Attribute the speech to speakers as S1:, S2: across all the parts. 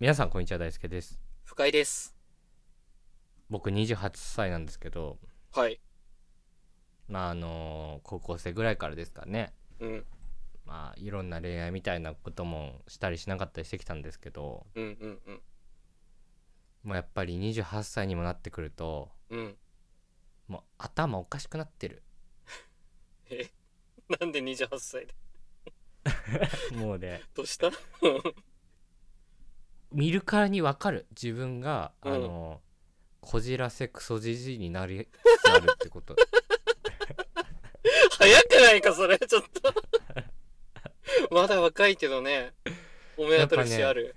S1: 皆さんこんにちは大輔です
S2: 不快です。
S1: 僕28歳なんですけど
S2: はい。
S1: まああの高校生ぐらいからですかね
S2: うん。
S1: まあいろんな恋愛みたいなこともしたりしなかったりしてきたんですけど
S2: うんうんうん。
S1: もうやっぱり28歳にもなってくると
S2: うん。
S1: もう頭おかしくなってる
S2: え、なんで28歳で
S1: もう ね
S2: どうした
S1: 見るからにわかる自分が、
S2: うん
S1: あのこじらせクソじじいになりつつあるってこと
S2: 早くないか、それ。ちょっと。まだ若いけどね。お目当たりしある。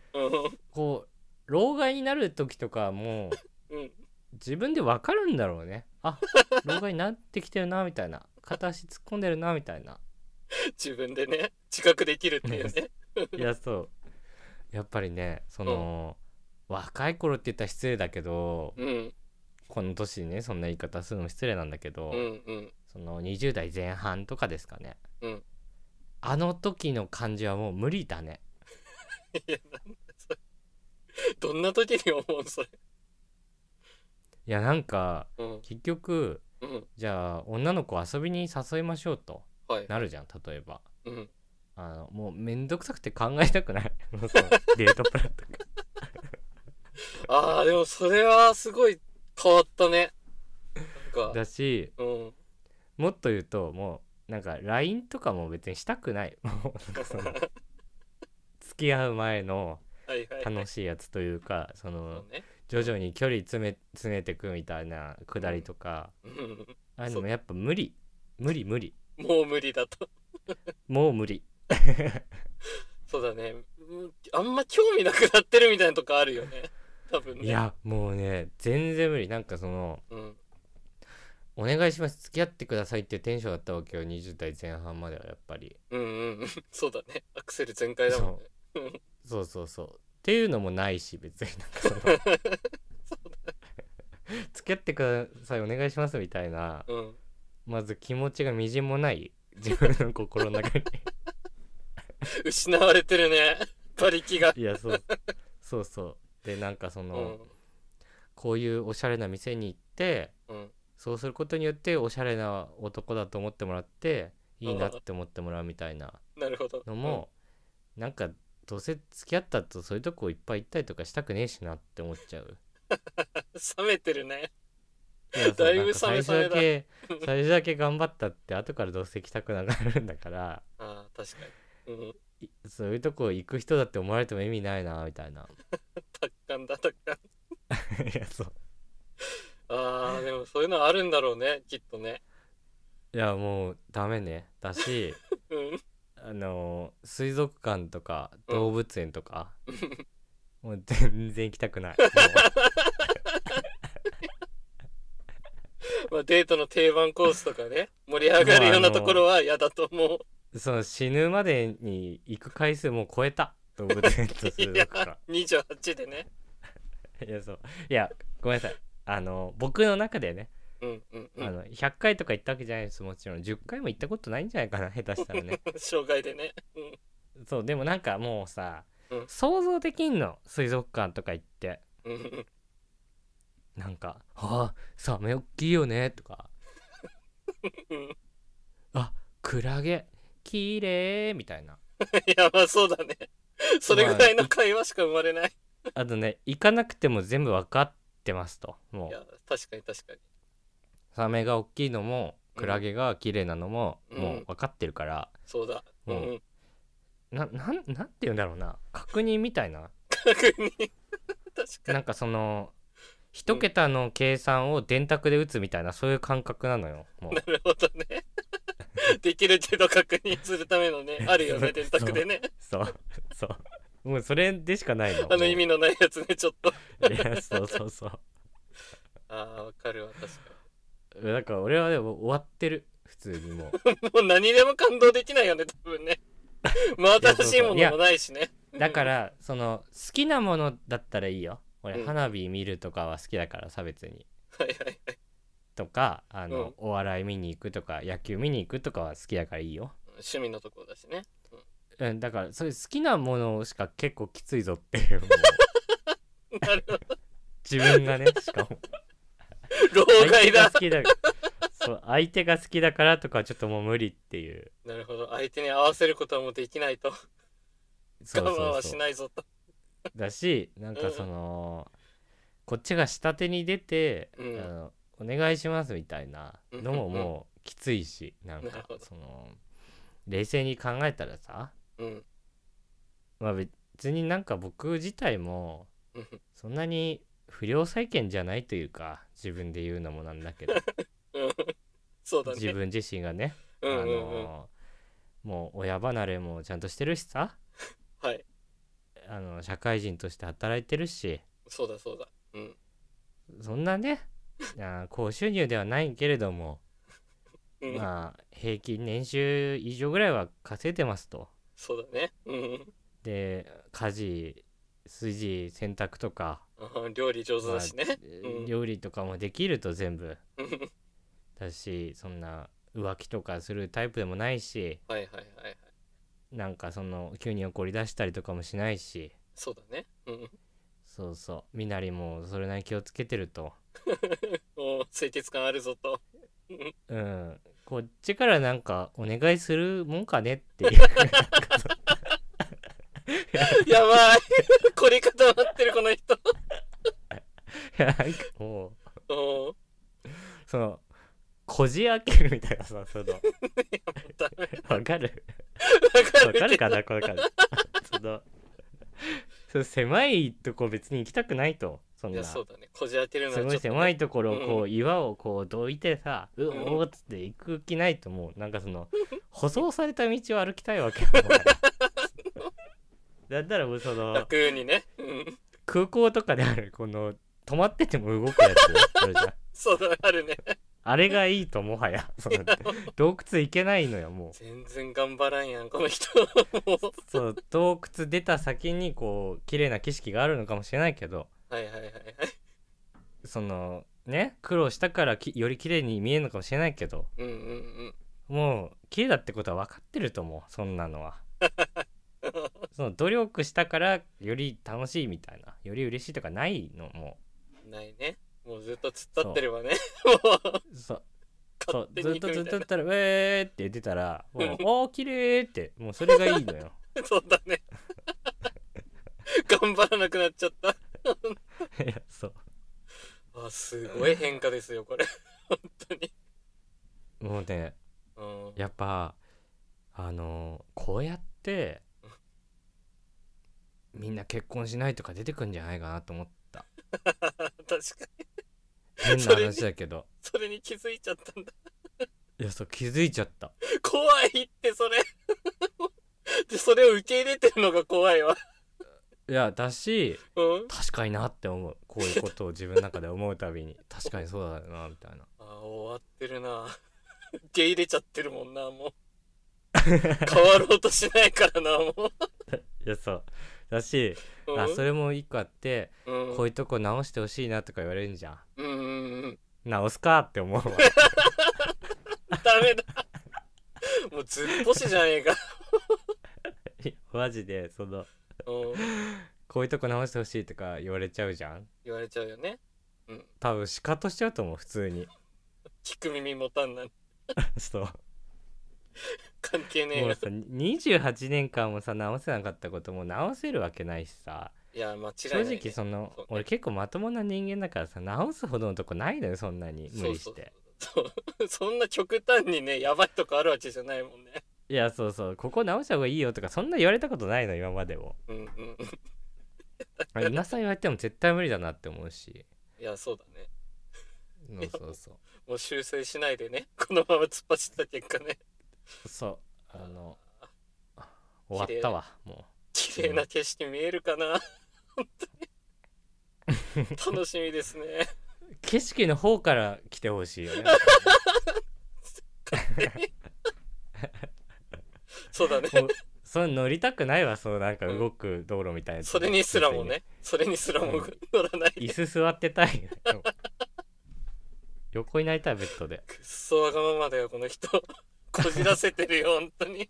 S1: こう老害になる時とかはもう
S2: うん。うん。
S1: 自分でわかるんだろうね あ老害になってきてるなみたいな片足突っ込んでるなみたいな
S2: 自分でね、自覚できるっていうね。
S1: いやそうやっぱりねその、若い頃って言ったら失礼だけど
S2: うん。
S1: この年にねそんな言い方するのも失礼なんだけど、
S2: うんうん。
S1: その20代前半とかですかね、
S2: うん
S1: あの時の感じはもう無理だね
S2: いや、なんだそれ。どんな時に思うそれ。
S1: いやなんか
S2: うん。
S1: 結局
S2: うん。
S1: じゃあ女の子を遊びに誘いましょうと
S2: はい。
S1: なるじゃん例えば
S2: うん。
S1: あのもうめんどくさくて考えたくない もうそのデートプランとか
S2: ああ、でもそれはすごい変わったね。なんか。
S1: だし
S2: うん。
S1: もっと言うともうなんか LINE とかも別にしたくない もうなんかそ の付き合う前の
S2: はいはい、はい。
S1: 楽しいやつというかその
S2: そうね。
S1: 徐々に距離詰め詰めてくみたいなくだりとか
S2: うん。
S1: ああいうのもやっぱ無理無理無理
S2: もう無理だと。
S1: もう無理
S2: そうだね。うんあんま興味なくなってるみたいなとこあるよね。多分ね。
S1: い。やもうね全然無理なんかその
S2: うん。
S1: 「お願いします付き合ってください」っていうテンションだったわけよ20代前半まではやっぱり
S2: うんうん。そうだね。アクセル全開だもんね。
S1: そうそうそうっていうのもないし別になんかその 付き合ってくださいお願いしますみたいな
S2: うん。
S1: まず気持ちがみじんもない自分の心の 中に
S2: 失われてるね。馬力が。
S1: いやそうそうそうでなんかそうの、
S2: ん。
S1: こういうおしゃれな店に行って
S2: うん。
S1: そうすることによっておしゃれな男だと思ってもらっていいなって思ってもらうみたいな
S2: なるほど。
S1: のも、なんかどうせ付き合ったとそういうとこいっぱい行ったりとかしたくねえしなって思っちゃう。
S2: うん。冷めてるね。
S1: いやそう
S2: だいぶ
S1: なんか
S2: 冷め
S1: 最初だ
S2: 冷
S1: け最初だけ頑張ったって後からどうせ行きたくなくなるんだから
S2: ああ、確かに。うん。
S1: いそういうとこ行く人だって思われても意味ないなみたい な
S2: 達観だ、達観。
S1: いやそう
S2: ああ、でもそういうのあるんだろうね。きっとね。
S1: いやもうダメねだ し
S2: うん。
S1: あのー水族館とか
S2: うん
S1: 動物園と か、もう全然行きたくないも
S2: まあデートの定番コースとかね。盛り上がるようなところは嫌だと思う。
S1: うその死ぬまでに行く回数もう超えた動物園と水
S2: い
S1: 族
S2: や
S1: 館、
S2: 28でね。
S1: いやそういやごめんなさいあの僕の中でね
S2: うんうんう
S1: あ
S2: ん。
S1: の100回とか行ったわけじゃないですもちろん10回も行ったことないんじゃないかな下手したら ね
S2: 障害でね。うん。
S1: そうでもなんかもうさ、
S2: うん
S1: 想像できんの水族館とか行って
S2: うん
S1: なんか「ああサメおっきいよね」と か
S2: うん
S1: 「あクラゲきれい」みたいない
S2: やまあそうだね。それぐらいの会話しか生まれない。
S1: あとね行かなくても全部分かってますとも
S2: いうや確かに確かに。
S1: サメがおっきいのもクラゲがきれいなのも、
S2: うん
S1: もう分かってるから
S2: そうだ。う
S1: うん
S2: ん。
S1: ななんなんて言うんだろうな確認みたいな
S2: 確認。確かに。
S1: なんかその一桁の計算を電卓で打つみたいなそういう感覚なのよもう
S2: なるほどね。 できるけど確認するための ね、あるよね、電卓でね。
S1: そう そうもうそれでしかないの
S2: あの意味のないやつね、ちょっ と。
S1: もういやそうそうそう
S2: ああ、わかるわ、確か
S1: だから俺はでも終わってる普通にも
S2: に。もう何でも感動できないよね、多 分ね。真新しいも
S1: いや
S2: のもないしね。
S1: うだからその好きなものだったらいいよ
S2: う
S1: 俺
S2: ん
S1: 花火見るとかは好きだから差別に
S2: はいはいはい。
S1: とかあの、
S2: うん
S1: お笑い見に行くとか野球見に行くとかは好きだからいいよ
S2: 趣味のところだしね。
S1: うんだからそういう好きなものしか結構きついぞっていうもう
S2: なるほど
S1: 自分がねしかも
S2: 老
S1: 相手
S2: 害
S1: が
S2: だ
S1: 好きだそう相手が好きだからとかはちょっともう無理っていう
S2: なるほど相手に合わせることはもうできないと
S1: そうそ
S2: 我
S1: う
S2: 慢
S1: そう
S2: はしないぞと
S1: だしなんかその、こっちが下手に出て、
S2: うん
S1: あのお願いしますみたいなのも
S2: うんうんうん
S1: もうきついし、なん
S2: なる
S1: か
S2: ほど
S1: その冷静に考えたらさ、
S2: うん
S1: まあ、別になんか僕自体も
S2: うん
S1: そんなに不良債権じゃないというか自分で言うのもなんだけど
S2: うんそうだね
S1: 自分自身がね、
S2: うんうん
S1: あ
S2: うん
S1: のもう親離れもちゃんとしてるしさ
S2: はい
S1: あの社会人として働いてるし
S2: そうだそうだうん
S1: そんなねあー高収入ではないけれども、
S2: うん
S1: まあ平均年収以上ぐらいは稼いでますと
S2: そうだねうん
S1: で家事炊事洗濯とか、
S2: うん料理上手
S1: まあ
S2: だしねうん
S1: 料理とかもできると全 部
S2: うん
S1: だしそんな浮気とかするタイプでもないし
S2: はいはいはいはい
S1: なんかその急に怒り出したりとかもしないし
S2: そうだねうん
S1: そうそう身なりもそれなりに気をつけてると
S2: もう清潔感あるぞと
S1: うんこっちからなんかお願いするもんかねっていう
S2: やばい凝り固まってるこの人
S1: なんかもう
S2: うん
S1: そのこじ開けるみたいなさその
S2: ダメ
S1: わかる
S2: わか
S1: わ
S2: る
S1: かるかなこれからそのその狭いとこ別に行きたくないとそん
S2: い
S1: な
S2: や
S1: す
S2: そうだねこじ当てるのはちょっ
S1: ご
S2: と
S1: い狭いところをこ
S2: う
S1: う岩をこうどいてさうおーっつって行く気ないともうなんかその 舗装された道を歩きたいわけよお前だったらもうその
S2: 楽にねうん
S1: 空港とかであるこの止まってても動くやつあるじゃ ん
S2: そうだねあるね
S1: あれがいいともはやその洞窟行けないのよもう
S2: 全然頑張らんやんこの人 もう
S1: そう洞窟出た先にこう綺麗な景色があるのかもしれないけど
S2: はいはいはいはい
S1: そのね苦労したからきより綺麗に見えるのかもしれないけど
S2: うんうん
S1: もう綺麗だってことは分かってると思うそんなのはその努力したからより楽しいみたいなより嬉しいとかないのも
S2: うんないねもうずっと突っ立ってればねもう
S1: うそうそ
S2: 勝
S1: う
S2: 手
S1: ず
S2: に
S1: っ
S2: 行
S1: と
S2: く
S1: ずっ
S2: み
S1: と
S2: た
S1: だ
S2: いな
S1: ったら「ウェー」って言ってた ら「もうおー綺麗ってもうそれがいいのよ
S2: そうだね頑張らなくなっちゃった
S1: いやそう
S2: あすごい変化ですよこれ本当に
S1: もうね
S2: うん
S1: やっぱあのーこうやってみんな結婚しないとか出てくんじゃないかなと思った
S2: 確かに
S1: 変な
S2: それに
S1: 話だけど
S2: それに気づいちゃったんだ
S1: いやそう気づいちゃった
S2: 怖いってそれ でそれを受け入れてるのが怖いわ
S1: いやだし
S2: うん
S1: 確かになって思うこういうことを自分の中で思うたびに確かにそうだよなみたいな
S2: あ終わってるな受け入れちゃってるもんなも う変わろうとしないからなもう
S1: いやそうだし
S2: うん
S1: あそれも一個あって
S2: うん
S1: こういうとこ直してほしいなとか言われるんじゃん
S2: うんうんうん
S1: 直すかって思う わ
S2: ダメだもうずっぽしじゃねえか
S1: いやマジでその
S2: うん
S1: こういうとこ直してほしいとか言われちゃうじゃん
S2: 言われちゃうよね
S1: 多分シカとしちゃうと思う普通に
S2: 聞く耳持たんな
S1: そう
S2: 関係ねえ
S1: もう
S2: よ
S1: さ28年間もさ直せなかったことも直せるわけないしさ
S2: いや間違いな
S1: 正
S2: い、ね、
S1: 直その
S2: そうね
S1: 俺結構まともな人間だからさ直すほどのとこないのよそんなに無理して
S2: そうそう そんな極端にねやばいとこあるわけじゃないもんね
S1: いやそうそうここ直した方がいいよとかそんな言われたことないの今まで も
S2: うんうんうん
S1: あ今更言われても絶対無理だなって思う し
S2: いやそうだね
S1: そうそうそ
S2: もう修正しないでねこのまま突っ走った結果ね
S1: うそうあの終わったわも
S2: 綺麗な景色見えるかな本当に楽しみですね
S1: う景色の方から来てほしい よね
S2: そ うだね
S1: もうその乗りたくないわそのなんか動く道路みたいなやつ
S2: それにすらもねそれにすらも乗らない
S1: 椅子座ってたい横になりたいベッドで
S2: くっそわがままだよこの人こじらせてるよ本当に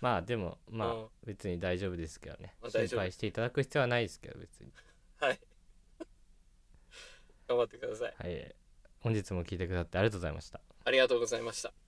S1: まあでもまあ
S2: うん
S1: 別に大丈夫ですけどね
S2: まあ大丈夫
S1: 心配していただく必要はないですけど別に
S2: はい。頑張ってください。
S1: はい本日も聞いてくださってありがとうございました
S2: ありがとうございました。